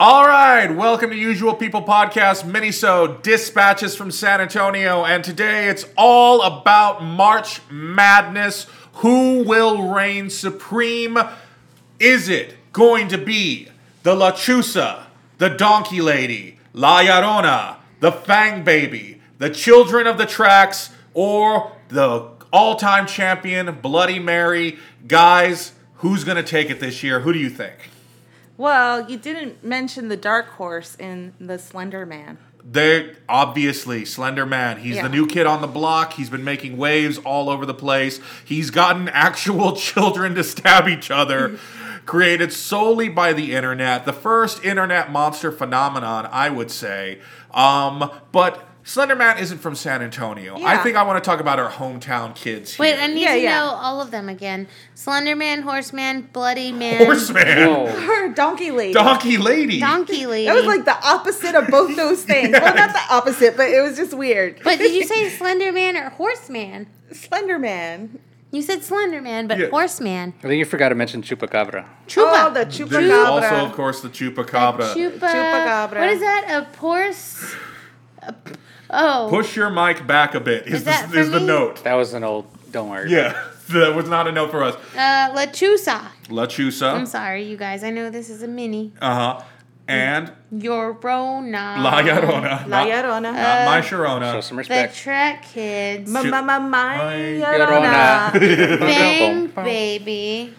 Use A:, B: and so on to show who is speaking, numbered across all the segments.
A: All right, welcome to Usual People Podcast, Miniso Dispatches from San Antonio, and today it's all about March Madness. Who will reign supreme? Is it going to be the La Chusa, the Donkey Lady, La Llorona, the Fang Baby, the Children of the Tracks, or the all-time champion Bloody Mary? Guys, who's going to take it this year? Who do you think?
B: Well, you didn't mention the dark horse in the Slender Man.
A: They obviously Slender Man. He's
B: Yeah.
A: the new kid on the block. He's been making waves all over the place. He's gotten actual children to stab each other, created solely by the internet. The first internet monster phenomenon, I would say. Um, but Slender Man isn't from San Antonio. I
B: Yeah.
A: think I want to talk about our hometown kids.
C: Wait,
A: Here.
C: I need
B: Yeah,
C: to
B: yeah.
C: know all of them again. Slender Man, Horseman, Bloody Man,
A: Horseman,
D: Whoa.
B: Her donkey lady.
A: Donkey Lady.
C: Donkey Lady.
B: That was like the opposite of both those things. Well, not the opposite, but it was just weird.
C: But did you say Slender Man or Horseman?
B: Slender Man.
C: You said Slender Man, but
A: Yeah.
C: Horseman.
D: I think you forgot to mention Chupacabra.
C: Chupa.
B: Oh, the
A: There's
B: chupacabra.
A: also, of course, the Chupacabra.
C: Chupa.
B: Chupacabra.
C: What is that? A porse? a p- oh.
A: Push your mic back a bit. Is,
C: Is that
A: this, is
C: for
A: the
C: me?
A: note?
D: That was an old. Don't worry.
A: Yeah, that was not a note for us.
C: Uh, Lechusa. I'm
B: Oh.
A: Lachusa.
C: sorry, you guys. I know this is a mini.
A: Uh huh. And
C: Yorona.
A: La Llorona.
B: La
A: Not-
B: Llorona.
A: Not my
D: Show
A: Sharona.
D: some
C: The
D: respect.
C: Trek Kids.
B: Ma- ma- ma- my
D: Llorona.
B: Llorona.
C: Bang,
D: Boom.
C: baby.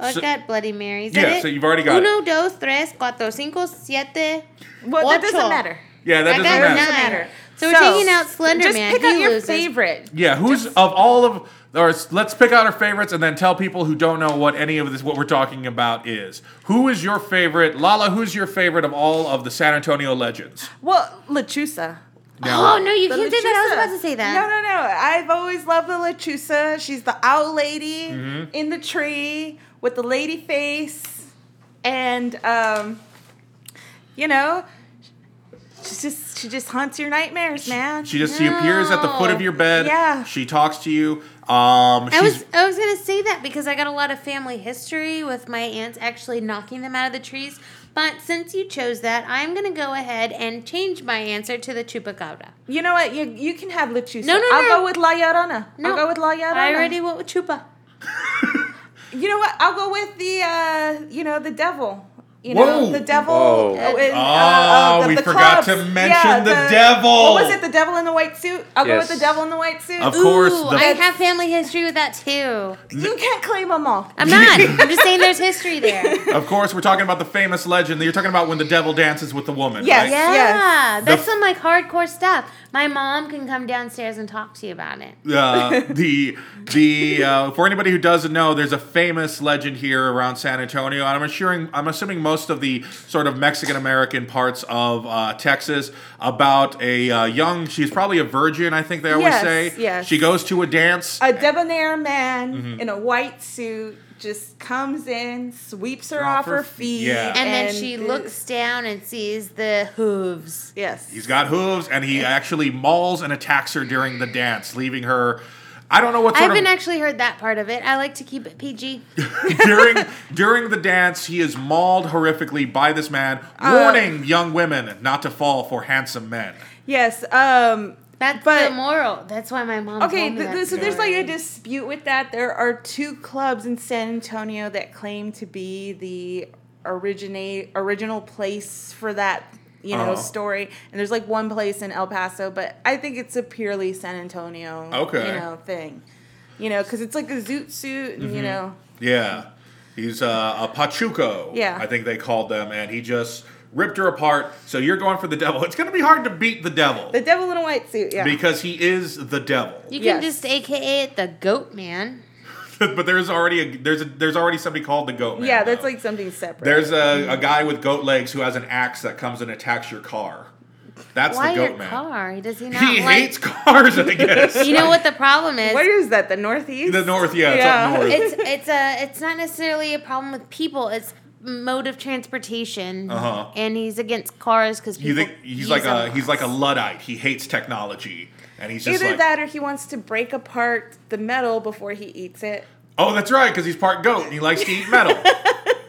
C: Oh, I
A: So-
C: got Bloody Marys.
A: Yeah, so you've already got it.
C: Uno, dos, tres, cuatro, cinco, siete.
B: Well, that
C: Ocho.
B: doesn't matter.
A: Yeah, that
C: I
A: doesn't
C: got
A: matter.
C: nine. So we're taking out Slender
B: just
C: Man.
B: Just pick out
C: He
B: your
C: loses.
B: favorite.
A: Yeah, who's of all of or s- let's pick out our favorites and then tell people who don't know what any of this what we're talking about is. Who is your favorite? Lala, who's your favorite of all of the San Antonio legends?
B: Well, Lechusa.
C: Oh, no, you
B: The
C: can't say that. I was
B: Lechusa.
C: about to say that.
B: No, no, no. I've always loved the Lechusa. She's the owl lady
A: Mm-hmm.
B: in the tree with the lady face. And, um, you know, she's just, she just haunts your nightmares, man.
A: She just she appears at the foot of your bed.
B: Yeah.
A: She talks to you. Um
C: I
A: she's,
C: was I was gonna say that because I got a lot of family history with my aunts actually knocking them out of the trees. But since you chose that, I'm gonna go ahead and change my answer to the chupacabra.
B: you know what? You, you can have Lechusa.
C: No, no,
B: I'll
C: no.
B: go with La Llorona.
C: No,
B: I'll go with La Llorona.
C: I already went with chupa.
B: You know what? I'll go with the, uh, you know, the devil. You
A: Whoa.
B: know, the devil.
D: Whoa.
B: Oh, and, uh,
A: Ah, we forgot to mention the devil.
B: What was it? The devil in the white suit? I'll go
D: Yes.
B: with the devil in the white suit.
A: Of course,
C: Ooh,
A: the-
C: I have family history with that too.
B: You can't claim them all.
C: I'm not. I'm just saying there's history there.
A: of course we're talking about the famous legend. You're talking about when the devil dances with the woman,
B: Yes.
A: right?
C: Yeah,
B: Yes.
C: that's
A: The-
C: some like hardcore stuff. My mom can come downstairs and talk to you about it.
A: uh, the the uh, for anybody who doesn't know, there's a famous legend here around San Antonio, and I'm assuring I'm assuming most of the sort of Mexican American parts of uh, Texas about a uh, young. She's probably a virgin, I think they always
B: Yes,
A: say.
B: yes.
A: She goes to a dance.
B: A debonair man
A: Mm-hmm.
B: in a white suit just comes in, sweeps her off, her feet.
A: yeah.
C: And, then she looks down and sees the hooves.
B: Yes.
A: He's got hooves, and he actually mauls and attacks her during the dance, leaving her. I don't know what
C: I
A: sort
C: haven't
A: of
C: actually heard that part of it. I like to keep it PG.
A: during during the dance he is mauled horrifically by this man, warning young women not to fall for handsome men.
B: yes. Um,
C: That's
B: But-
C: the moral. That's why my mom.
B: okay,
C: told me
B: th-
C: that
B: th- so there's
C: story.
B: like a dispute with that. There are two clubs in San Antonio that claim to be the originate original place for that, you know,
A: Uh-huh.
B: story. And there's like one place in El Paso, but I think it's a purely San Antonio,
A: Okay.
B: you know, thing. You know, because it's like a zoot suit, and
A: Mm-hmm.
B: you know.
A: Yeah. He's uh, a Pachuco.
B: Yeah.
A: I think they called them, and he just ripped her apart. So you're going for the devil. It's going to be hard to beat the devil
B: The devil in a white suit, yeah.
A: because he is the devil.
C: You can
B: Yes.
C: just AKA it the goat man.
A: but there's already a there's a there's already somebody called the goat man.
B: yeah, that's
A: though.
B: like something separate.
A: there's a, a guy with goat legs who has an axe that comes and attacks your car. That's
C: why
A: the goat
C: your
A: man.
C: car? Does he not
A: He
C: like?
A: hates cars, I guess.
C: you know what the problem is?
B: Where is that? The Northeast?
A: the north, yeah, it's
B: Yeah.
A: up north.
C: it's it's a it's not necessarily a problem with people. It's mode of transportation,
A: Uh-huh.
C: and he's against cars because
A: You think he's like a he's like a luddite. He hates technology, and he's just
B: Either
A: like,
B: that or he wants to break apart the metal before he eats it.
A: oh, that's right, because he's part goat and he likes to eat metal.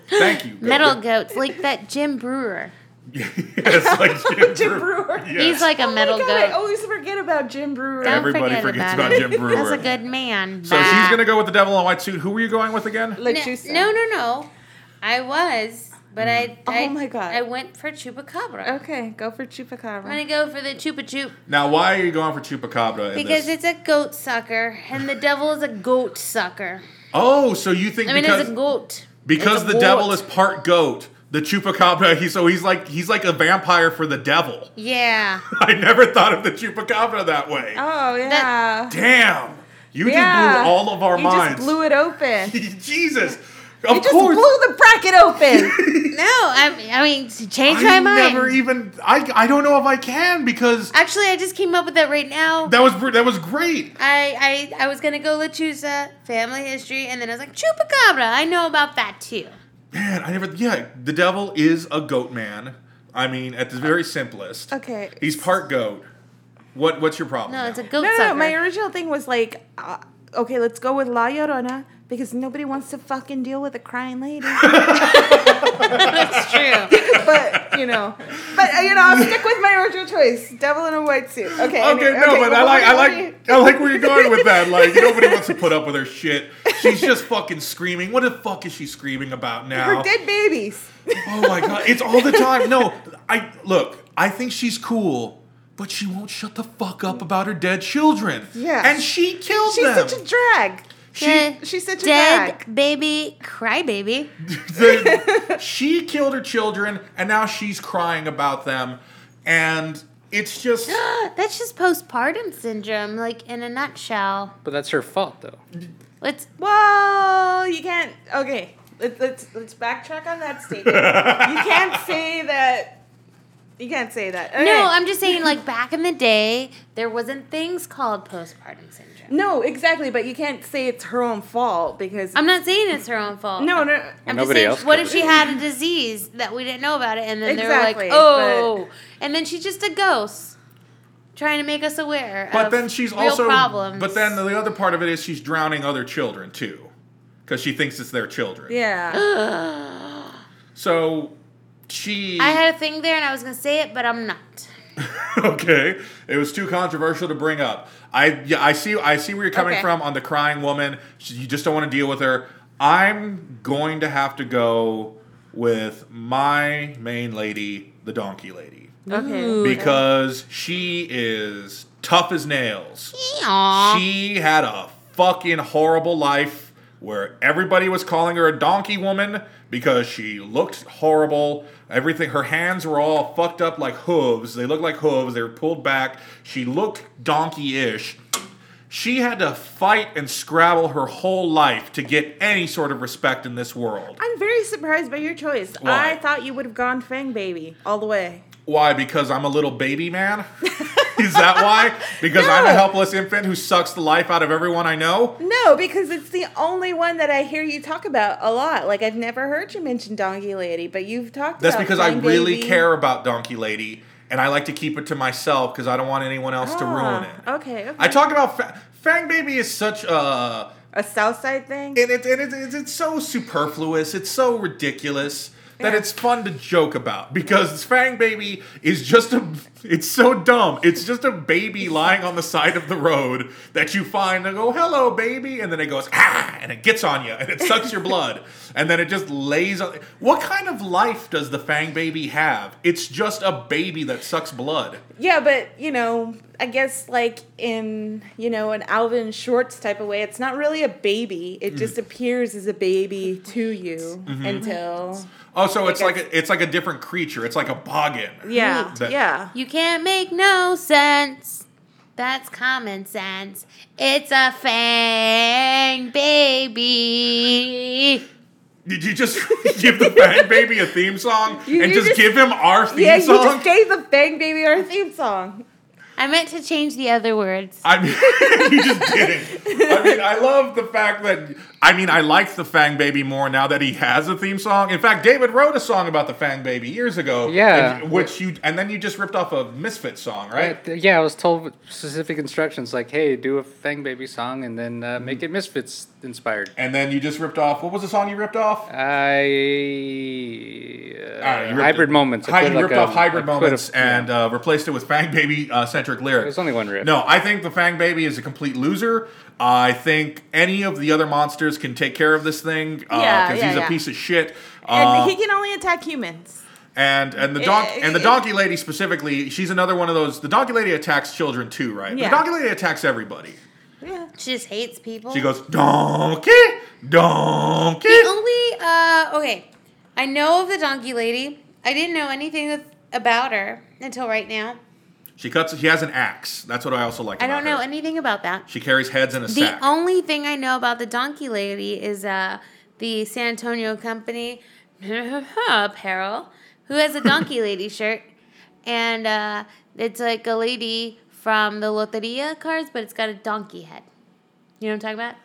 A: Thank you.
C: metal goats like that Jim Brewer.
A: yes, like Jim,
B: Jim
A: Brewer.
B: Brewer.
A: Yeah.
C: He's like a
B: Oh my
C: metal
B: God, I
C: goat.
B: always forget about Jim Brewer.
C: Don't
A: Everybody
C: forget
A: forgets
C: about,
A: about
C: him.
A: Jim Brewer.
C: That's a good man.
A: So she's gonna go with the devil in a white suit. Who were you going with again?
B: La
C: No,
B: Chusa.
C: no, no, no. I was, but I,
B: Oh
C: I.
B: my God.
C: I went for chupacabra.
B: Okay, go for Chupacabra.
C: I'm gonna go for the chupa chup
A: Now, why are you going for Chupacabra? In
C: because
A: this?
C: it's a goat sucker, and the devil is a goat sucker.
A: oh, so you think
C: I mean,
A: because
C: it's a goat.
A: because
C: It's a
A: the
C: goat.
A: devil is part goat, the Chupacabra. He so he's like he's like a vampire for the devil.
C: Yeah.
A: I never thought of the Chupacabra that way.
B: Oh yeah.
A: Damn, you
B: yeah.
A: just blew all of our
B: you
A: minds.
B: just blew it open. you
A: Jesus, of
B: just
A: course.
B: blew the bracket open.
C: No, I mean, I mean change
A: I
C: my mind.
A: never even. I I don't know if I can because
C: Actually, I just came up with that right now.
A: that was br- that was great.
C: I, I I was gonna go Lechuza, family history, and then I was like chupacabra. I know about that too.
A: Man, I never. Yeah, the devil is a goat man. I mean, at the very simplest.
B: Okay.
A: He's part goat. What what's your problem?
C: No, it's a
A: now?
C: goat
B: no, no,
C: sucker.
B: no, my original thing was like, uh, okay, let's go with La Llorona because nobody wants to fucking deal with a crying lady.
C: That's true.
B: but you know, but uh, you know, I'll stick with my original choice: devil in a white suit. Okay.
A: Okay,
B: anyway,
A: no, but I
B: well,
A: like I
B: what do you-
A: like I like where you're going with that. Like nobody wants to put up with her shit. She's just fucking screaming. What the fuck is she screaming about now?
B: We're dead babies.
A: Oh my god, it's all the time. No, I look. I think she's cool, but she won't shut the fuck up about her dead children.
B: Yeah.
A: and she killed
B: She's
A: them.
B: such a drag.
A: she
C: The
B: she's such a
C: dead
B: drag.
C: baby, crybaby.
A: the- she killed her children, and now she's crying about them, and it's just
C: That's just postpartum syndrome, like in a nutshell.
D: But that's her fault, though.
C: Let's
B: Well, you can't. Okay, let, let's let's backtrack on that statement. you can't say that. You can't say that. Okay.
C: no. I'm just saying, like back in the day, there wasn't things called postpartum syndrome.
B: no, exactly. But you can't say it's her own fault because
C: I'm not saying it's her own fault.
B: no, no.
C: I'm
D: Nobody
C: just
D: else
C: saying, what
D: could
C: if
D: be.
C: she had a disease that we didn't know about it, and then
B: Exactly,
C: they
B: but-
C: were like, oh, and then she's just a ghost trying to make us aware.
A: But
C: of
A: then she's
C: real
A: also.
C: problems.
A: But then the other part of it is she's drowning other children too, because she thinks it's their children.
B: Yeah.
A: So she.
C: I had a thing there, and I was gonna say it, but I'm not.
A: okay, it was too controversial to bring up. I yeah, I see I see where you're coming
B: Okay.
A: from on the crying woman. She, you just don't want to deal with her. I'm going to have to go with my main lady, the donkey lady,
B: Okay.
A: because she is tough as nails.
C: Aw.
A: She had a fucking horrible life where everybody was calling her a donkey woman because she looked horrible. Everything, her hands were all fucked up like hooves. They looked like hooves. They were pulled back. She looked donkey ish. She had to fight and scrabble her whole life to get any sort of respect in this world.
B: I'm very surprised by your choice.
A: Why?
B: I thought you would have gone Fang Baby all the way.
A: Why? Because I'm a little baby man? Is that why? Because I'm a
B: No.
A: helpless infant who sucks the life out of everyone I know?
B: No, because it's the only one that I hear you talk about a lot. Like I've never heard you mention Donkey Lady, but you've talked.
A: That's
B: about
A: because I
B: Fang
A: really
B: Baby.
A: care about Donkey Lady, and I like to keep it to myself because I don't want anyone else to ruin it.
B: Ah, Okay. okay.
A: I talk about fa- Fang Baby is such a,
B: a Southside thing.
A: and it, and it, it's it's so superfluous, it's so ridiculous that
B: Yeah.
A: it's fun to joke about because Fang Baby is just a, it's so dumb. It's just a baby lying on the side of the road that you find and go, "Hello, baby," and then it goes ah, and it gets on you and it sucks your blood, and then it just lays on. What kind of life does the Fang Baby have? It's just a baby that sucks blood.
B: yeah, but you know, I guess like in you know an Alvin Shorts type of way, it's not really a baby. It just
A: Mm-hmm.
B: appears as a baby to you until
A: Oh, so it's like
B: guess-
A: a, it's like a different creature. It's like a boggin.
B: yeah,
A: That-
B: yeah.
C: You can't make no sense. That's common sense. It's a fang baby.
A: Did you just give the Fang Baby a theme song
B: You-
A: and
B: you
A: just,
B: just-
A: give him our theme
B: Yeah, you
A: song?
B: just gave the Fang Baby our theme song.
C: I meant to change the other words.
A: I mean, you just didn't. I mean, I love the fact that. I mean, I like the Fang Baby more now that he has a theme song. In fact, David wrote a song about the Fang Baby years ago.
D: Yeah.
A: and- which you and then you just ripped off a Misfit song, right?
D: But, uh, yeah, I was told specific instructions like, "Hey, do a Fang Baby song and then
A: Mm-hmm.
D: uh, make it Misfits inspired."
A: And then you just ripped off. What was the song you ripped off?
D: I uh,
A: Uh, you ripped-
D: hybrid moments. I
A: Hy-
D: put
A: you
D: like um,
A: ripped
D: a-
A: off hybrid
D: I put a-
A: moments
D: yeah.
A: and uh, replaced it with Fang Baby uh, centric lyrics.
D: There's only one riff.
A: No, I think the Fang Baby is a complete loser. I think any of the other monsters can take care of this thing because
B: Yeah, yeah,
A: he's a
B: yeah.
A: piece of shit.
B: And
A: Uh,
B: he can only attack humans.
A: and and the don-
B: It-
A: and the
B: it-
A: donkey lady specifically, she's another one of those. The donkey lady attacks children too, right?
B: Yeah.
A: The donkey lady attacks everybody.
B: Yeah.
C: She just hates people.
B: Oh.
A: She goes donkey, donkey.
C: The only uh okay, I know of the donkey lady. I didn't know anything with, about her until right now.
A: She cuts. She has an axe. That's what I also like.
C: I
A: about
C: don't know
A: her.
C: anything about that.
A: She carries heads in a
C: The
A: sack.
C: only thing I know about the donkey lady is uh the San Antonio company apparel who has a donkey lady shirt and uh it's like a lady from the Loteria cards but it's got a donkey head. You know what I'm talking about?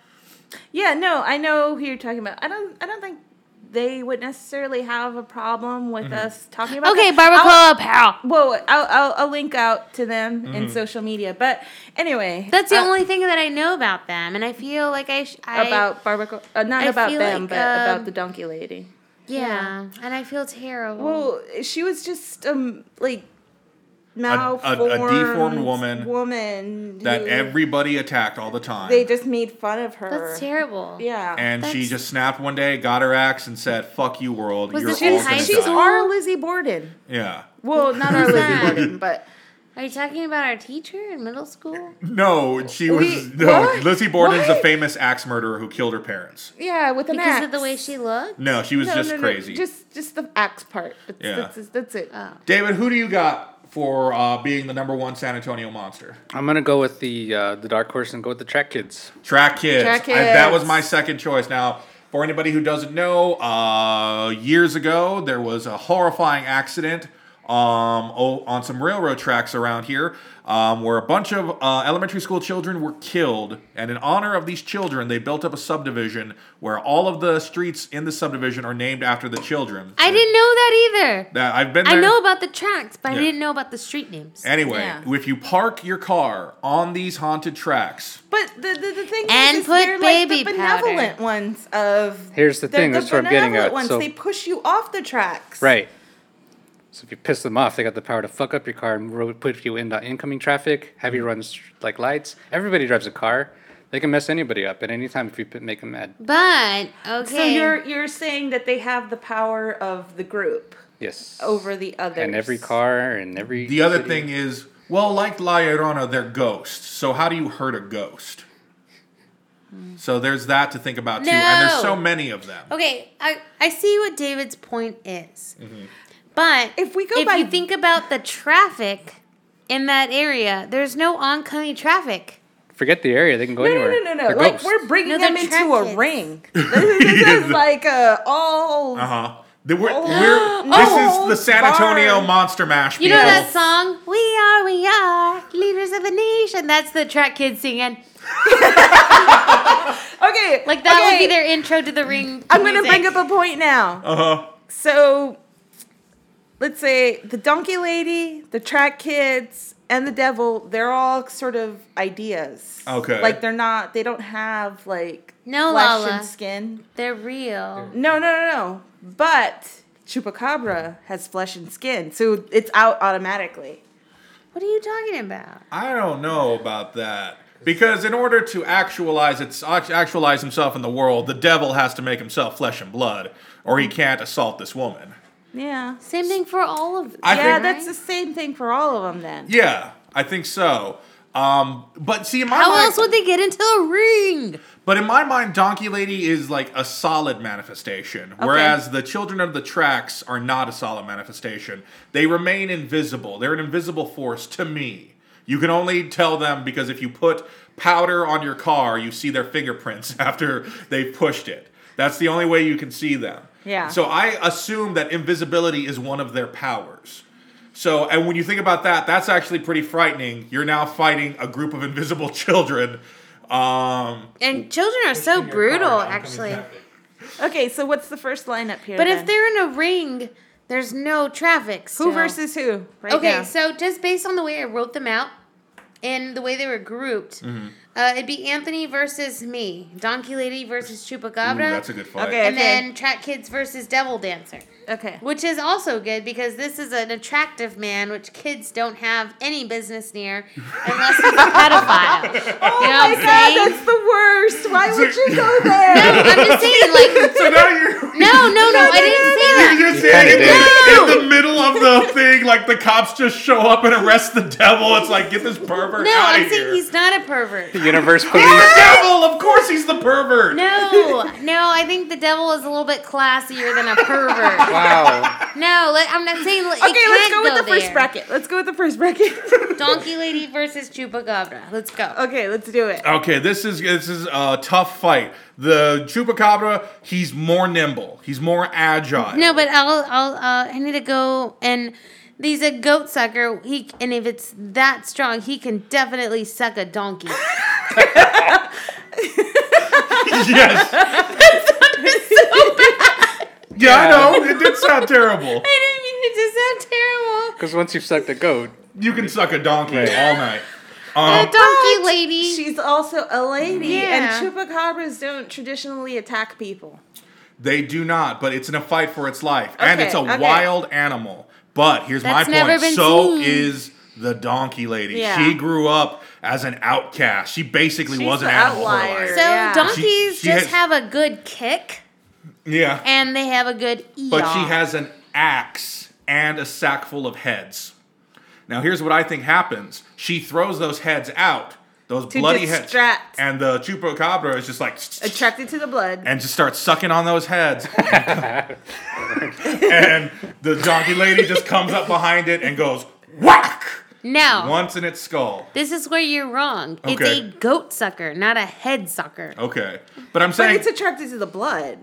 B: Yeah, no, I know who you're talking about. I don't I don't think they would necessarily have a problem with
A: Mm-hmm.
B: us talking about
C: Okay,
B: that.
C: barbacoa apparel.
B: I'll, whoa, I'll, I'll I'll link out to them
A: Mm-hmm.
B: in social media. But anyway,
C: That's the
B: uh,
C: only thing that I know about them, and I feel like I, sh- I
B: about barbacoa, uh, not
C: I
B: about
C: feel
B: them,
C: like,
B: but about
C: um,
B: the donkey lady.
C: yeah, and I feel terrible.
B: Well, she was just um like
A: a
B: malformed,
A: deformed woman
B: woman
A: that
B: who-
A: everybody attacked all the time.
B: they just made fun of her.
C: That's terrible.
B: er, Yeah,
A: and she
C: That's-
A: just snapped one day, got her axe, and said, "Fuck you, world.
C: Was
A: You're
C: this
A: all
C: in high
A: gonna
B: she's
A: die."
C: school?
B: our Lizzie Borden.
A: Yeah.
B: Well, not our
C: Who's
B: Lizzie
C: that?
B: Borden, but
C: Are you talking about our teacher in middle school?
A: No, she was
B: We-
A: no.
B: what?
A: Lizzie Borden's a
B: What?
A: famous axe murderer who killed her parents.
B: yeah, with an
C: Because
B: axe.
C: of the way she looked.
A: No, she was
B: No,
A: just
B: no, no,
A: crazy.
B: Just just the axe part. That's,
A: Yeah.
B: that's, that's it.
A: David, who do you got for uh, being the number one San Antonio monster?
D: I'm gonna go with the uh, the dark horse and go with the track kids.
A: Track Kids.
B: Track
A: I- that was
B: Kids.
A: my second choice. Now, for anybody who doesn't know, uh, years ago there was a horrifying accident um, o- on some railroad tracks around here um, where a bunch of uh, elementary school children were killed. And in honor of these children, they built up a subdivision where all of the streets in the subdivision are named after the children.
C: I didn't know that either.
A: that I've been
C: I
A: there.
C: know about the tracks, but
A: Yeah.
C: I didn't know about the street names.
A: Anyway,
B: Yeah.
A: if you park your car on these haunted tracks,
B: But the, the, the thing
C: And
B: is, is
C: put
B: they're like the
C: baby
B: benevolent ones of
D: Here's the
B: they're
D: thing, that's what I'm getting
B: benevolent
D: at,
B: Ones,
D: so-
B: they push you off the tracks.
D: Right. So if you piss them off, they got the power to fuck up your car and ro- put you in the incoming traffic, have
B: Mm-hmm.
D: you run str- like lights. Everybody drives a car. They can mess anybody up at any time if you p- make them mad.
C: But okay,
B: So you're you're saying that they have the power of the group
D: Yes.
B: over the others.
D: And every car and every.
A: The other
D: city.
A: thing is, well, like La Llorona, they're ghosts. So how do you hurt a ghost? So there's that to think about too, and there's
C: No. Oh.
A: so many of them.
C: okay. I I see what David's point is, but
B: If we go
C: if
B: by-
C: you think about the traffic in that area, there's no oncoming traffic.
D: Forget the area. They can go
B: No, no,
D: anywhere.
B: no, no, no.
D: They're
B: Like
D: ghosts.
B: we're bringing
C: No, they're
B: them into
C: track
B: a
C: kids.
B: ring. This is, this is like a all.
D: Uh-huh.
A: Uh huh. We're,
B: Oh.
A: we're, this
B: Oh,
A: is the San Antonio
B: darn.
A: Monster Mash.
C: You
A: people.
C: know that song? We are, we are leaders of the nation. That's the track kids singing.
B: Okay,
C: Like that would
B: okay,
C: be their intro to the ring.
B: I'm gonna bring up a point now.
A: Uh huh.
B: So, let's say the donkey lady, the track kids, and the devil—they're all sort of ideas.
A: Okay.
B: Like they're not. They don't have like
C: No,
B: flesh
C: Lala.
B: and skin.
C: They're real.
B: No, no, no, no. But chupacabra has flesh and skin, so it's out automatically.
C: What are you talking about?
A: I don't know about that because in order to actualize its act- actualize himself in the world, the devil has to make himself flesh and blood, or he can't assault this woman.
B: Yeah.
C: Same thing for all of them.
A: I
B: yeah,
A: think-
B: that's the same thing for all of them then.
A: Yeah, I think so. Um, but see, in my
C: How
A: mind,
C: else would they get into a ring?
A: But in my mind, Donkey Lady is like a solid manifestation, whereas the Children of the Tracks are not a solid manifestation. They remain invisible. They're an invisible force to me. You can only tell them because if you put powder on your car, you see their fingerprints after they've pushed it. That's the only way you can see them.
B: Yeah.
A: So I assume that invisibility is one of their powers. So, and when you think about that, that's actually pretty frightening. You're now fighting a group of invisible children. Um,
C: And children are so brutal, actually.
B: Okay, so what's the first lineup here?
C: But if
B: then?
C: they're in a ring, there's no traffic.
B: who
C: still.
B: versus who? Right
C: Okay,
B: now.
C: so just based on the way I wrote them out and the way they were grouped,
B: Mm-hmm.
C: uh, it'd be Anthony versus me, Donkey Lady versus Chupacabra,
A: ooh, that's a good fight.
B: Okay.
C: and then Track Kids versus Devil Dancer,
B: okay.
C: which is also good because this is an attractive man, which kids don't have any business near unless he's a pedophile.
B: Oh
C: You know
B: my
C: what I'm
B: god,
C: saying?
B: that's the worst. Why would you go there?
C: No, I'm just saying, like,
A: So now you're.
C: no, no, no, I didn't say that.
A: You're saying in,
D: kinda
A: the, in the middle of the thing, like the cops just show up and arrest the devil. It's like, get this pervert
C: No,
A: out
C: I'm
A: of here.
C: saying he's not a pervert.
D: The universe
A: the
D: police.
A: devil! Of course he's the pervert!
C: No, no, I think the devil is a little bit classier than a pervert.
D: Wow.
C: No, let, I'm not saying. Like,
B: Okay,
C: it
B: let's
C: can't
B: go, with the
C: there.
B: first bracket. Let's go with the first bracket.
C: Donkey Lady versus Chupacabra. Let's go.
B: okay, let's do it.
A: Okay, this is this is a tough fight. The chupacabra, he's more nimble. He's more agile.
C: No, but I'll, I'll, uh, I need to go and. He's a goat sucker. He and if it's that strong, he can definitely suck a donkey.
A: yes. Yeah, I know. It did sound terrible.
C: I didn't mean it to sound terrible.
D: Because once you've sucked a goat,
A: You can suck a donkey all night.
C: A
A: Um,
C: donkey
B: But
C: lady.
B: She's also a lady,
C: Yeah.
B: and chupacabras don't traditionally attack people.
A: they do not, but it's in a fight for its life, and
B: Okay,
A: it's a
B: okay.
A: wild animal. But here's
C: That's
A: my
C: never
A: point.
C: been
A: So
C: seen.
A: is the donkey lady.
B: Yeah.
A: She grew up as an outcast. She basically
B: She's
A: was an
B: the
A: animal. her
B: outlier.
C: so
A: life.
B: yeah.
C: donkeys
A: She- she
C: just
A: has-
C: have a good kick
A: Yeah.
C: and they have a good ear.
A: but she has an axe and a sack full of heads. Now here's what I think happens: she throws those heads out, those bloody
B: distract.
A: heads, and the chupacabra is just like,
B: Attracted to the blood.
A: and just starts sucking on those heads. and the donkey lady just comes up behind it and goes whack
C: now.
A: once in its skull.
C: This is where you're wrong.
A: Okay.
C: It's a goat sucker, not a head sucker.
A: Okay, but I'm
B: But
A: saying
B: it's attracted to the blood.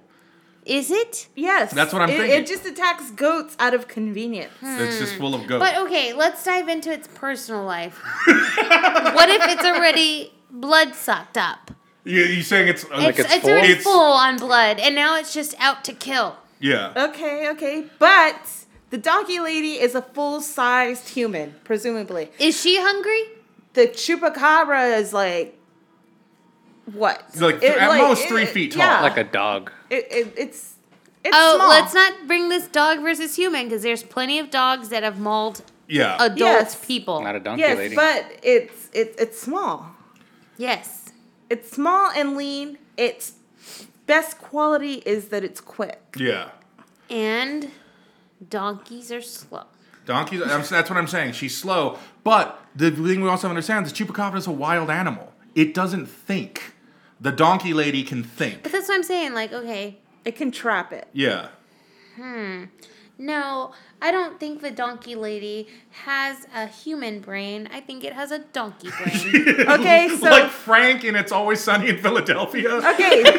C: Is it?
B: Yes.
A: That's what I'm
B: it,
A: thinking.
B: It just attacks goats out of convenience.
A: it's just full of goats.
C: But uh, okay, let's dive into its personal life. what if it's already blood sucked up?
A: you, you saying it's, uh,
C: It's,
D: it's
C: it's, already
A: full? It's-
C: full on blood, and now it's just out to kill.
A: yeah.
B: Okay, okay. But the donkey lady is a full sized human, presumably.
C: Is she hungry?
B: The chupacabra is like. What?
A: It's like th- at most three feet tall,
B: yeah.
D: like a dog.
B: It, it, it's. It's
C: Oh,
B: small.
C: let's not bring this dog versus human because there's plenty of dogs that have mauled
A: Yeah.
C: adult
B: Yes.
C: people.
D: Not a donkey
B: Yes,
D: lady.
B: but it's it, it's small.
C: yes.
B: It's small and lean. Its best quality is that it's quick.
A: yeah.
C: And donkeys are slow.
A: Donkeys. I'm, that's what I'm saying. She's slow, but the thing we also understand is chupacabra is a wild animal. It doesn't think. The donkey lady can think.
C: But that's what I'm saying. Like, okay,
B: It can trap it.
A: Yeah.
C: No, I don't think the donkey lady has a human brain. I think it has a donkey brain.
B: Okay, so
A: like Frank and It's Always Sunny in Philadelphia.
B: okay. all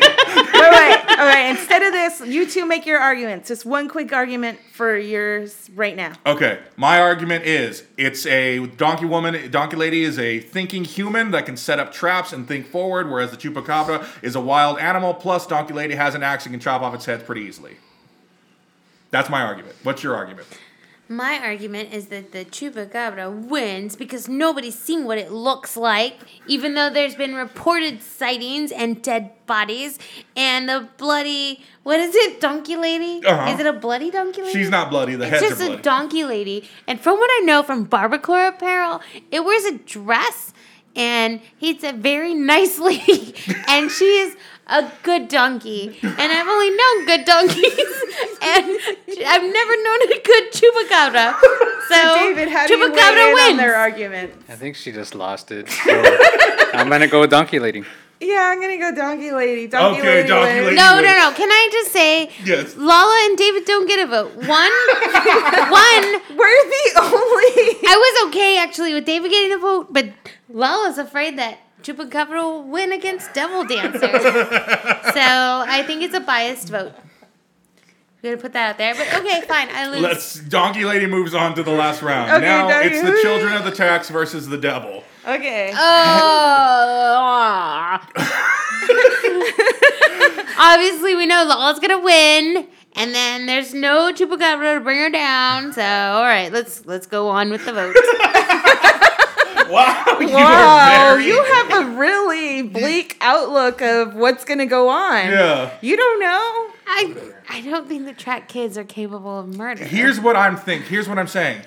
B: right, all right. Instead of this, you two make your arguments. Just one quick argument for yours right now.
A: Okay, my argument is it's a donkey woman, donkey lady is a thinking human that can set up traps and think forward, whereas the chupacabra is a wild animal. Plus, donkey lady has an axe and can chop off its head pretty easily. That's my argument. What's your argument?
C: My argument is that the chupacabra wins because nobody's seen what it looks like, even though there's been reported sightings and dead bodies and the bloody what is it, donkey lady?
A: Uh-huh.
C: Is it a bloody donkey lady?
A: She's not bloody. The
C: It's
A: heads
C: just
A: are
C: a
A: bloody.
C: donkey lady. And from what I know from Barbacore Apparel, it wears a dress and he's a very nice lady. and she is a good donkey. And I've only known good donkeys. and I've never known a good chupacabra. So,
B: David, how do you weigh
C: chupacabra
B: in on
C: wins.
B: their argument?
D: I think she just lost it. So I'm gonna go with donkey lady.
B: Yeah, I'm gonna go donkey lady. Donkey
A: Okay,
B: lady.
A: donkey
B: wins.
A: lady.
C: no, no, no. Can I just say
A: Yes.
C: Lala and David don't get a vote. One, one
B: We're the only.
C: I was okay actually with David getting a vote, but Lala's afraid that Chupacabra will win against Devil Dancer. so I think it's a biased vote. We're gonna put that out there. But okay, fine. I lose.
A: Let's Donkey Lady moves on to the last round.
B: Okay,
A: now
B: Donkey
A: it's the
B: Lady.
A: children of the tax versus the devil.
B: Okay.
C: Oh. Obviously, we know Lala's gonna win, and then there's no chupacabra to bring her down. So, all right, let's let's go on with the vote.
A: Wow, you
B: wow,
A: are very
B: you have a really bleak outlook of what's going to go on.
A: Yeah.
B: You don't know?
C: I I don't think the track kids are capable of murder.
A: Here's what I'm think. Here's what I'm saying.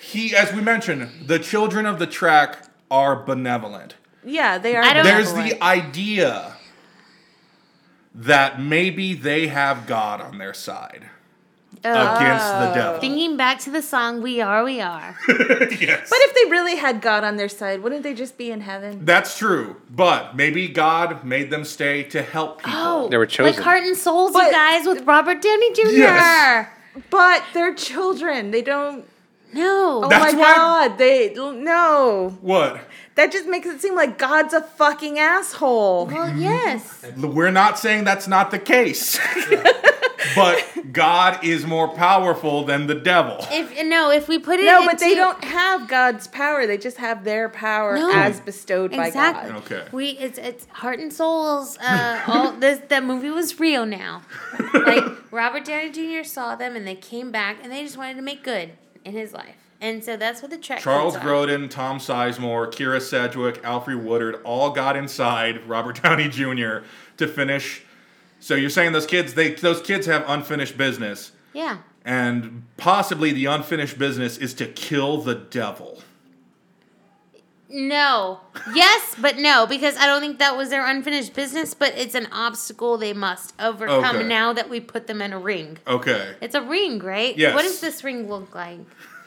A: He, as we mentioned, the children of the track are benevolent.
B: Yeah, they are.
C: I don't-
A: There's
B: benevolent.
A: the idea that maybe they have God on their side
C: Oh.
A: against the devil.
C: Thinking back to the song "We Are, We Are,"
A: yes.
B: But if they really had God on their side, wouldn't they just be in heaven?
A: That's true. But maybe God made them stay to help people.
C: oh,
D: They were chosen.
C: like Heart and Souls,
B: But-
C: you guys, with Robert Downey Jr.
A: Yes.
B: But they're children. They don't.
C: No,
B: Oh
A: That's
B: my
A: why-
B: God. They. No.
A: What?
B: That just makes it seem like God's a fucking asshole.
C: well, yes,
A: We're not saying that's not the case. but God is more powerful than the devil.
C: if no, if we put it
B: No, but they
C: into-
B: don't have God's power. They just have their power
C: No.
B: as bestowed
C: Exactly.
B: by God.
A: Okay.
C: We it's it's heart and souls. Uh, all this that movie was real now. Like Robert Downey Jr. saw them and they came back and they just wanted to make good in his life. And so that's what the track.
A: Charles
C: kids are.
A: Grodin, Tom Sizemore, Kira Sedgwick, Alfred Woodard all got inside Robert Downey Jr. to finish. So you're saying those kids, they those kids have unfinished business,
C: Yeah.
A: and possibly the unfinished business is to kill the devil.
C: No. Yes, but no, because I don't think that was their unfinished business, but it's an obstacle they must overcome
A: Okay.
C: now that we put them in a ring.
A: Okay,
C: It's a ring, right?
A: Yes.
C: What does this ring look like?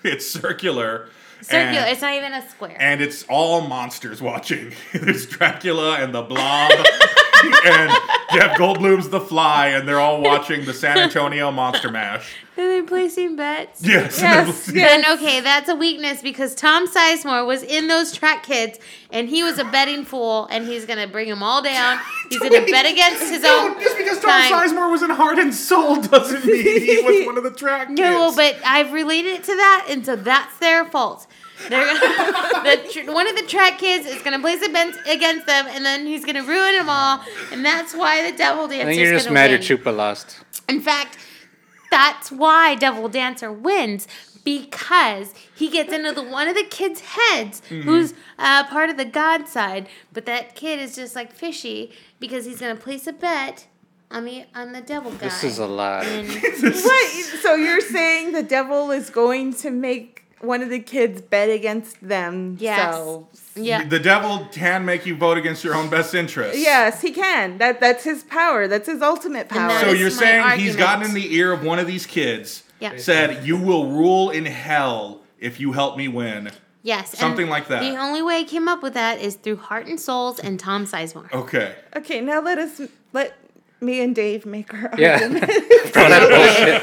A: it's circular.
C: Circular.
A: And,
C: it's not even a square.
A: and it's all monsters watching. There's Dracula and the Blob. and Jeff Goldblum's The Fly, and they're all watching the San Antonio Monster Mash.
C: and they're placing bets.
A: Yes.
B: Yes, yes.
C: Then okay, that's a weakness because Tom Sizemore was in those track kids and he was a betting fool and he's gonna bring them all down. He's gonna bet against his
A: No,
C: own.
A: just because Tom
C: time.
A: Sizemore was in Heart and Soul doesn't mean he was one of the track kids.
C: No, but I've related it to that, and so that's their fault. They're gonna, the tr- one of the track kids is gonna place a bench against them, and then he's gonna ruin them all, and that's why the devil dancer.
D: I think you're just
C: gonna
D: mad your
C: win.
D: chupa lost.
C: In fact, that's why Devil Dancer wins because he gets into the one of the kids' heads
D: Mm-hmm.
C: who's uh, part of the God side, but that kid is just like fishy because he's gonna place a bet on the on the devil guy.
D: This is a lot.
C: And-
B: Wait, so you're saying the devil is going to make one of the kids bet against them?
C: Yes. yeah.
A: the devil can make you vote against your own best interest.
B: Yes, he can. That that's his power. That's his ultimate power.
C: that
A: So
C: is
A: you're
C: my
A: saying he's
C: argument.
A: gotten in the ear of one of these kids,
C: Yeah.
A: said, You will rule in hell if you help me win.
C: Yes. and
A: Something like that.
C: The only way I came up with that is through Heart and Souls and Tom Sizemore.
A: Okay.
B: okay, now let us let me and Dave make our
D: Yeah.
B: argument.
D: Throw that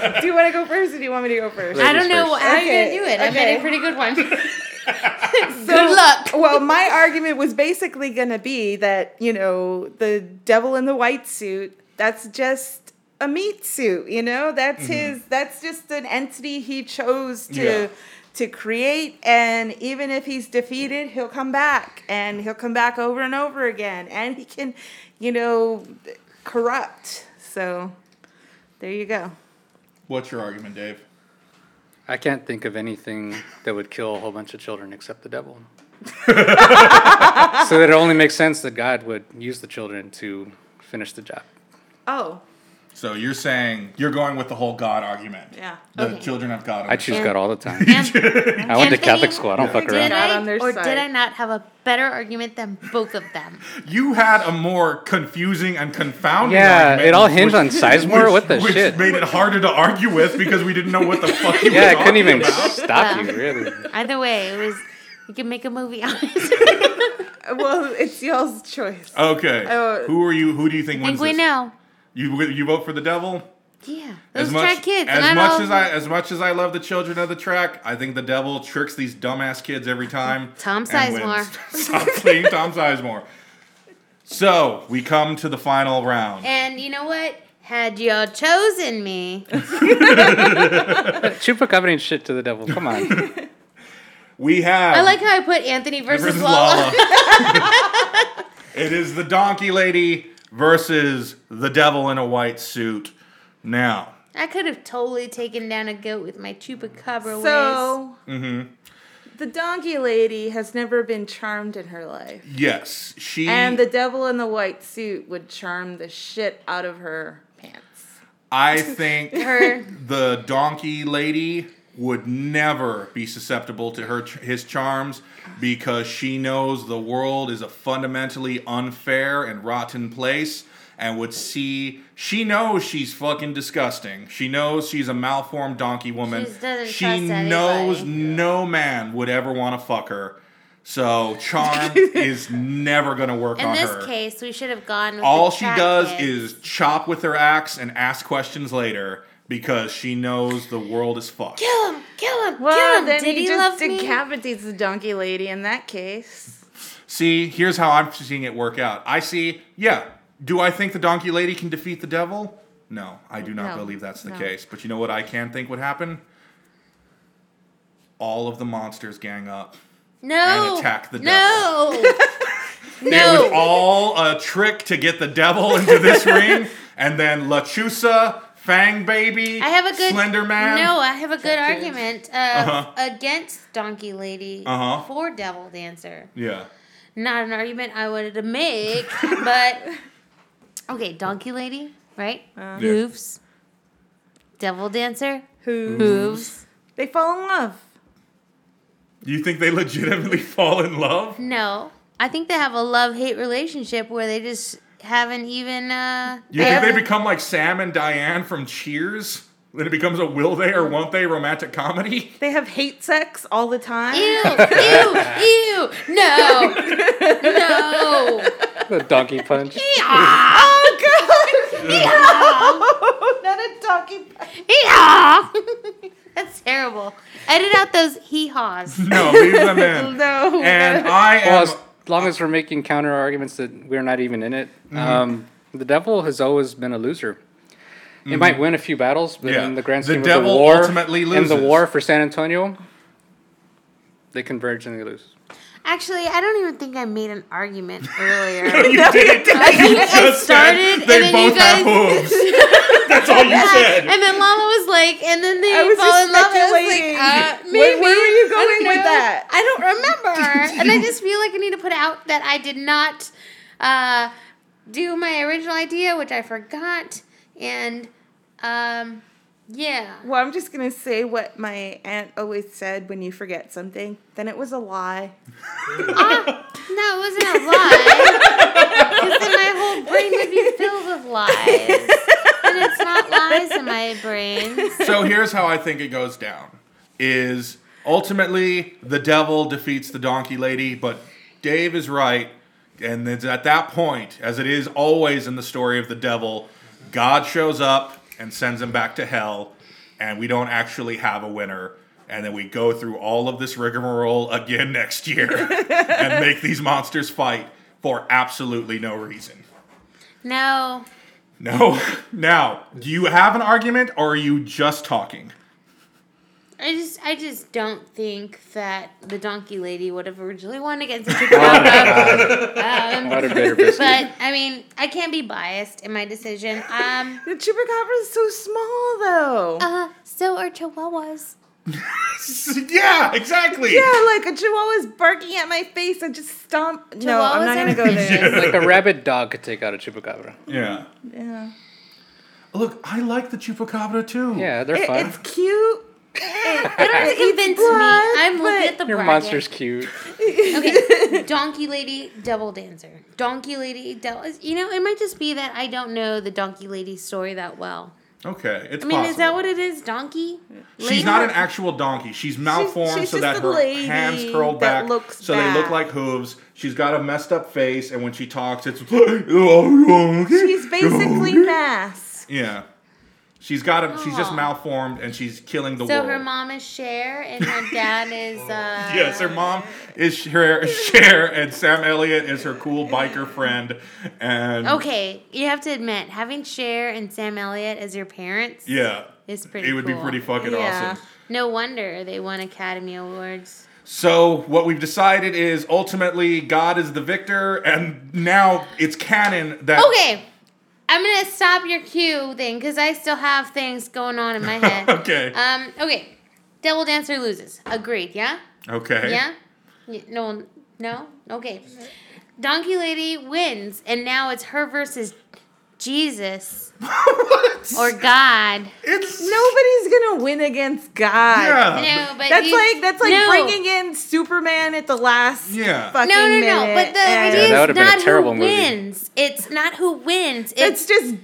D: bullshit.
B: do you want to go first or do you want me to go first?
C: I don't know
D: first.
C: how you're
B: Okay,
C: gonna do it. I made
B: okay.
C: a pretty good one.
B: So-
C: good luck.
B: well, my argument was basically going to be that, you know, the devil in the white suit, that's just a meat suit, you know? That's his that's just an entity he chose to
A: Yeah.
B: to create and even if he's defeated, he'll come back and he'll come back over and over again and he can, you know, corrupt. So there you go.
A: What's your argument, Dave?
D: I can't think of anything that would kill a whole bunch of children except the devil. so that it only makes sense that God would use the children to finish the job.
B: Oh,
A: So you're saying you're going with the whole God argument.
B: Yeah.
A: The
C: Okay.
A: children of God.
D: I choose
C: Yeah.
D: God all the time.
C: And-
D: I went
C: Anthony,
D: to Catholic school. I don't fuck
B: did
D: around.
C: Did
B: Not
C: I,
B: on their
C: or
B: side.
C: did I not have a better argument than both of them?
A: You had a more confusing and confounding
D: Yeah,
A: argument,
D: it all
A: which-
D: hinged on Sizemore?
A: which-
D: What the
A: which
D: shit?
A: made it harder to argue with because we didn't know what the fuck you were
D: Yeah, I couldn't
A: talking
D: even
A: about.
D: stop
C: Yeah.
D: you, really.
C: Either way, it was you can make a movie on it.
B: well, it's y'all's choice.
A: Okay.
B: Oh.
A: who are you? Who do you think
C: I
A: wins
C: think we
A: this?
C: know.
A: You you vote for the devil?
C: Yeah, those
A: as much
C: track kids.
A: as
C: not
A: much
C: all-
A: as I as much as I love the children of the track, I think the devil tricks these dumbass kids every time.
C: Tom
A: and
C: Sizemore.
A: wins. Stop playing Tom Sizemore. So we come to the final round.
C: And you know what? Had you chosen me,
D: Chupacabra ain't shit to the devil. Come on.
A: We have.
C: I like how I put Anthony versus,
A: versus
C: Lala.
A: Lala. it is the donkey lady versus the devil in a white suit. Now,
C: I could have totally taken down a goat with my chupacabra ways.
B: So,
C: Mm-hmm.
B: the donkey lady has never been charmed in her life.
A: yes, she
B: And the devil in the white suit would charm the shit out of her pants.
A: I think
C: Her
A: the donkey lady would never be susceptible to her his charms because she knows the world is a fundamentally unfair and rotten place and would see she knows she's fucking disgusting. She knows she's a malformed donkey woman.
C: She doesn't
A: she
C: trust
A: knows
C: anybody.
A: no man would ever want to fuck her. So charm is never going to work
C: in
A: on
C: this
A: her.
C: case, we should have gone. With
A: All
C: the
A: she
C: cat
A: does
C: kid.
A: is chop with her axe and ask questions later because she knows the world is fucked.
C: kill him, kill him,
B: Well,
C: kill him.
B: then
C: Did
B: he,
C: he, love
B: just
C: me?
B: decapitates the donkey lady in that case.
A: See, here's how I'm seeing it work out. I see, yeah. Do I think the donkey lady can defeat the devil? No, I do not
B: No,
A: believe that's the
B: no.
A: case. But you know what I can think would happen? All of the monsters gang up.
C: no,
A: and attack the
C: no,
A: It was
C: no.
A: all a trick to get the devil into this ring, and then Lachusa, Fang Baby,
C: I have a good
A: Slender Man.
C: No, I have a good argument uh,
A: Uh-huh.
C: against Donkey Lady
A: Uh-huh.
C: for Devil Dancer.
A: Yeah.
C: Not an argument I wanted to make, but okay, Donkey Lady, right?
B: Uh-huh.
A: Yeah.
C: Hooves. Devil Dancer.
B: Who?
C: Hooves.
B: They fall in love.
A: You think they legitimately fall in love?
C: No, I think they have a love hate relationship where they just haven't even. Uh,
A: You think they
C: haven't-
A: become like Sam and Diane from Cheers? Then it becomes a will they or won't they romantic comedy?
B: They have hate sex all the time.
C: Ew! Ew! Ew! No! No!
D: the donkey punch.
B: Oh god! Not a donkey.
C: Hee-haw! That's terrible. Edit out those hee-haws.
A: No, leave them in.
B: No.
A: And I
D: Well,
A: am.
D: as long as we're making counter arguments that we're not even in it,
A: Mm-hmm.
D: um, the devil has always been a loser. It might win a few battles, but
A: Mm-hmm. Yeah.
D: in the grand
A: The
D: scheme of the
A: devil
D: war,
A: ultimately
D: in
A: loses.
D: the war for San Antonio, they converge and they lose.
C: Actually, I don't even think I made an argument earlier.
A: you did.
C: I think I
A: Just said
C: started, and
A: they
C: then
A: both
C: you guys.
A: have hooves. That's all you said.
C: And then Lala was like, and then they
B: I was
C: fall
B: just
C: in love. and I was
B: speculating.
C: like, uh,
B: Where- where
C: maybe.
B: were you
C: I don't
B: going with
C: know.
B: that?
C: I don't remember. and I just feel like I need to put out that I did not uh, do my original idea, which I forgot. And um, yeah.
B: Well, I'm just gonna say what my aunt always said when you forget something. Then it was a lie.
C: Ah, no, it wasn't a lie. Because then my whole brain would be filled with lies. And it's not lies in my brain.
A: so here's how I think it goes down: is ultimately the devil defeats the donkey lady, but Dave is right, and it's at that point, as it is always in the story of the devil, God shows up and sends him back to hell, and we don't actually have a winner. And then we go through all of this rigmarole again next year and make these monsters fight for absolutely no reason.
C: No.
A: No. Now, do you have an argument or are you just talking?
C: I just I just don't think that the donkey lady would have originally won against the chupacabra.
B: Um,
D: What a bitter biscuit.
C: but I mean, I can't be biased in my decision. Um
B: The chupacabra is so small, though.
C: uh, so are chihuahuas.
A: yeah, exactly.
B: yeah, like a chihuahua's barking at my face. I just stomp. No, I'm not
C: Chihuahuas
B: gonna
C: are
B: go there.
D: like a rabid dog could take out a chupacabra.
A: Yeah.
B: Yeah.
A: Look, I like the chupacabra too.
D: Yeah, they're
B: It,
D: fun.
B: it's cute.
C: You don't have to
B: It's
C: convince me.
B: blood,
C: I'm looking
B: but-
C: at the
D: Your
C: bracket.
D: monster's cute.
C: Okay, Donkey Lady, Devil Dancer. Donkey Lady, Devil. You know, it might just be that I don't know the Donkey Lady story that well.
A: Okay, it's
C: I mean,
A: possible.
C: is that what it is? Donkey?
A: She's not an actual donkey. She's malformed
B: she's
A: so
B: just
A: that
B: a
A: her
B: lady
A: hands curled
B: that
A: back
B: looks
A: so they look
B: bad.
A: like hooves. She's got a messed up face and when she talks it's
B: She's basically masked.
A: Yeah. She's got him. She's just
C: Aw.
A: malformed, and she's killing the
C: So
A: world.
C: her mom is Cher and her dad is. Uh,
A: Yes, her mom is Cher, Cher, and Sam Elliott is her cool biker friend, and
C: Okay, you have to admit having Cher and Sam Elliott as your parents
A: yeah,
C: is pretty.
A: it would be
C: cool.
A: pretty fucking
B: Yeah.
A: awesome.
C: No wonder they won Academy Awards.
A: So what we've decided is ultimately God is the victor, and now it's canon that
C: Okay, I'm gonna stop your cue thing because I still have things going on in my head.
A: Okay.
C: Um. Okay. Devil Dancer loses. Agreed. Yeah.
A: okay,
C: Yeah. Y- No. No. Okay. Donkey Lady wins, and now it's her versus Jesus
A: what?
C: or God.
A: it's
B: Nobody's gonna win against God.
A: yeah,
C: No, but
B: That's
C: you-
B: like that's like
C: no.
B: bringing in Superman at the last
A: Yeah.
B: fucking
C: No, no,
B: minute.
C: no. But the
B: and
C: idea
D: that
C: is
D: would've been a
C: not
D: terrible
C: who
D: movie.
C: wins. It's not who wins.
B: it's
C: It's
B: just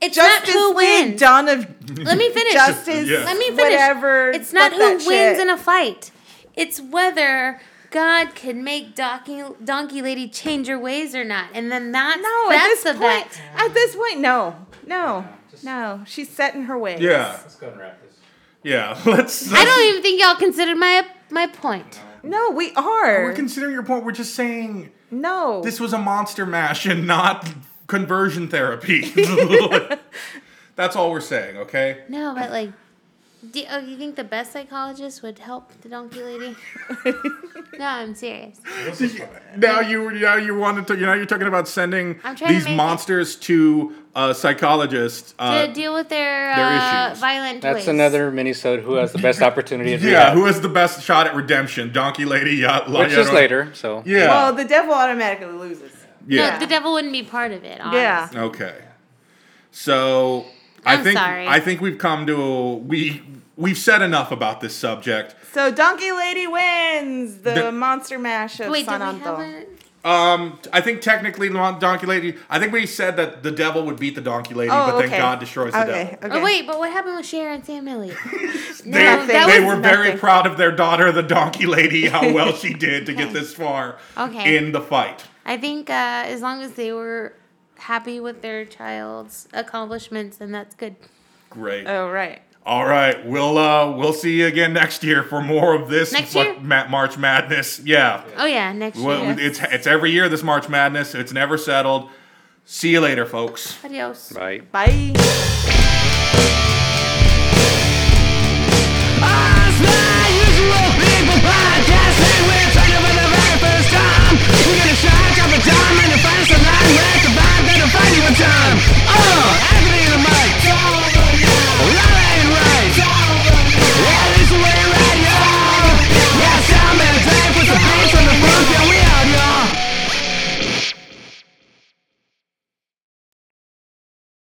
C: it's not
B: justice
C: who
B: being
C: wins.
B: done of
C: Let me finish.
B: justice.
A: Yeah.
C: Let me finish.
B: Whatever.
C: It's not
B: fuck
C: who
B: that
C: wins
B: shit.
C: in a fight. It's whether God can make Donkey, Donkey Lady change her ways or not. And then that's
B: no.
C: that's
B: at this
C: the
B: point,
C: bet.
B: at this point, no, no, no. She's set in her ways.
A: yeah,
D: Let's go and wrap this.
A: yeah. Let's.
C: I don't even think y'all considered my my point.
B: No, we are.
A: We're considering your point. We're just saying
B: no.
A: this was a monster mash and not conversion therapy. Like, That's all we're saying. Okay.
C: No, but like, do oh, you think the best psychologist would help the Donkey Lady? no, I'm serious.
A: Now you now you wanted to now you're talking about sending
C: I'm trying to
A: these
C: make it-
A: monsters to a psychologist. Uh,
C: to deal with their,
A: their
C: uh,
A: issues.
C: violent
D: That's
C: ways.
D: another minisode. Who has the best opportunity? At
A: yeah,
D: rehab,
A: who has the best shot at redemption? Donkey Lady Yacht
D: which is later. So
A: Yeah.
B: Well, the devil automatically loses.
A: yeah.
C: No, the devil wouldn't be part of it. Honestly.
B: Yeah.
A: Okay. So i
C: I'm
A: think
C: sorry.
A: I think we've come to we we've said enough about this subject.
B: So Donkey Lady wins the,
A: The-
B: Monster Mash of
C: Wait, do we
B: San
C: have
B: Antonio.
C: a? Oh,
A: Um, I think technically the Mon- Donkey Lady. I think we said that the devil would beat the Donkey Lady,
B: Oh,
A: but
B: okay.
A: then God destroys the
B: Okay,
A: devil.
B: okay.
C: Oh wait, but what happened with Cher and Sam Elliott?
A: They,
C: No, that
A: they
C: was
A: were very
B: nothing.
A: proud of their daughter, the Donkey Lady, how well she did to get this far
C: Okay.
A: in the fight.
C: I think uh, as long as they were happy with their child's accomplishments, then that's good.
A: Great.
B: Oh right.
A: All right, we'll uh, we'll see you again next year for more of this
C: Next
A: Ma-
C: year?
A: Ma- March Madness. Yeah,
C: Oh yeah, next
A: Well,
C: year.
A: it's it's every year this March Madness. It's never settled. See you later, folks.
C: Adios.
D: Right.
B: Bye.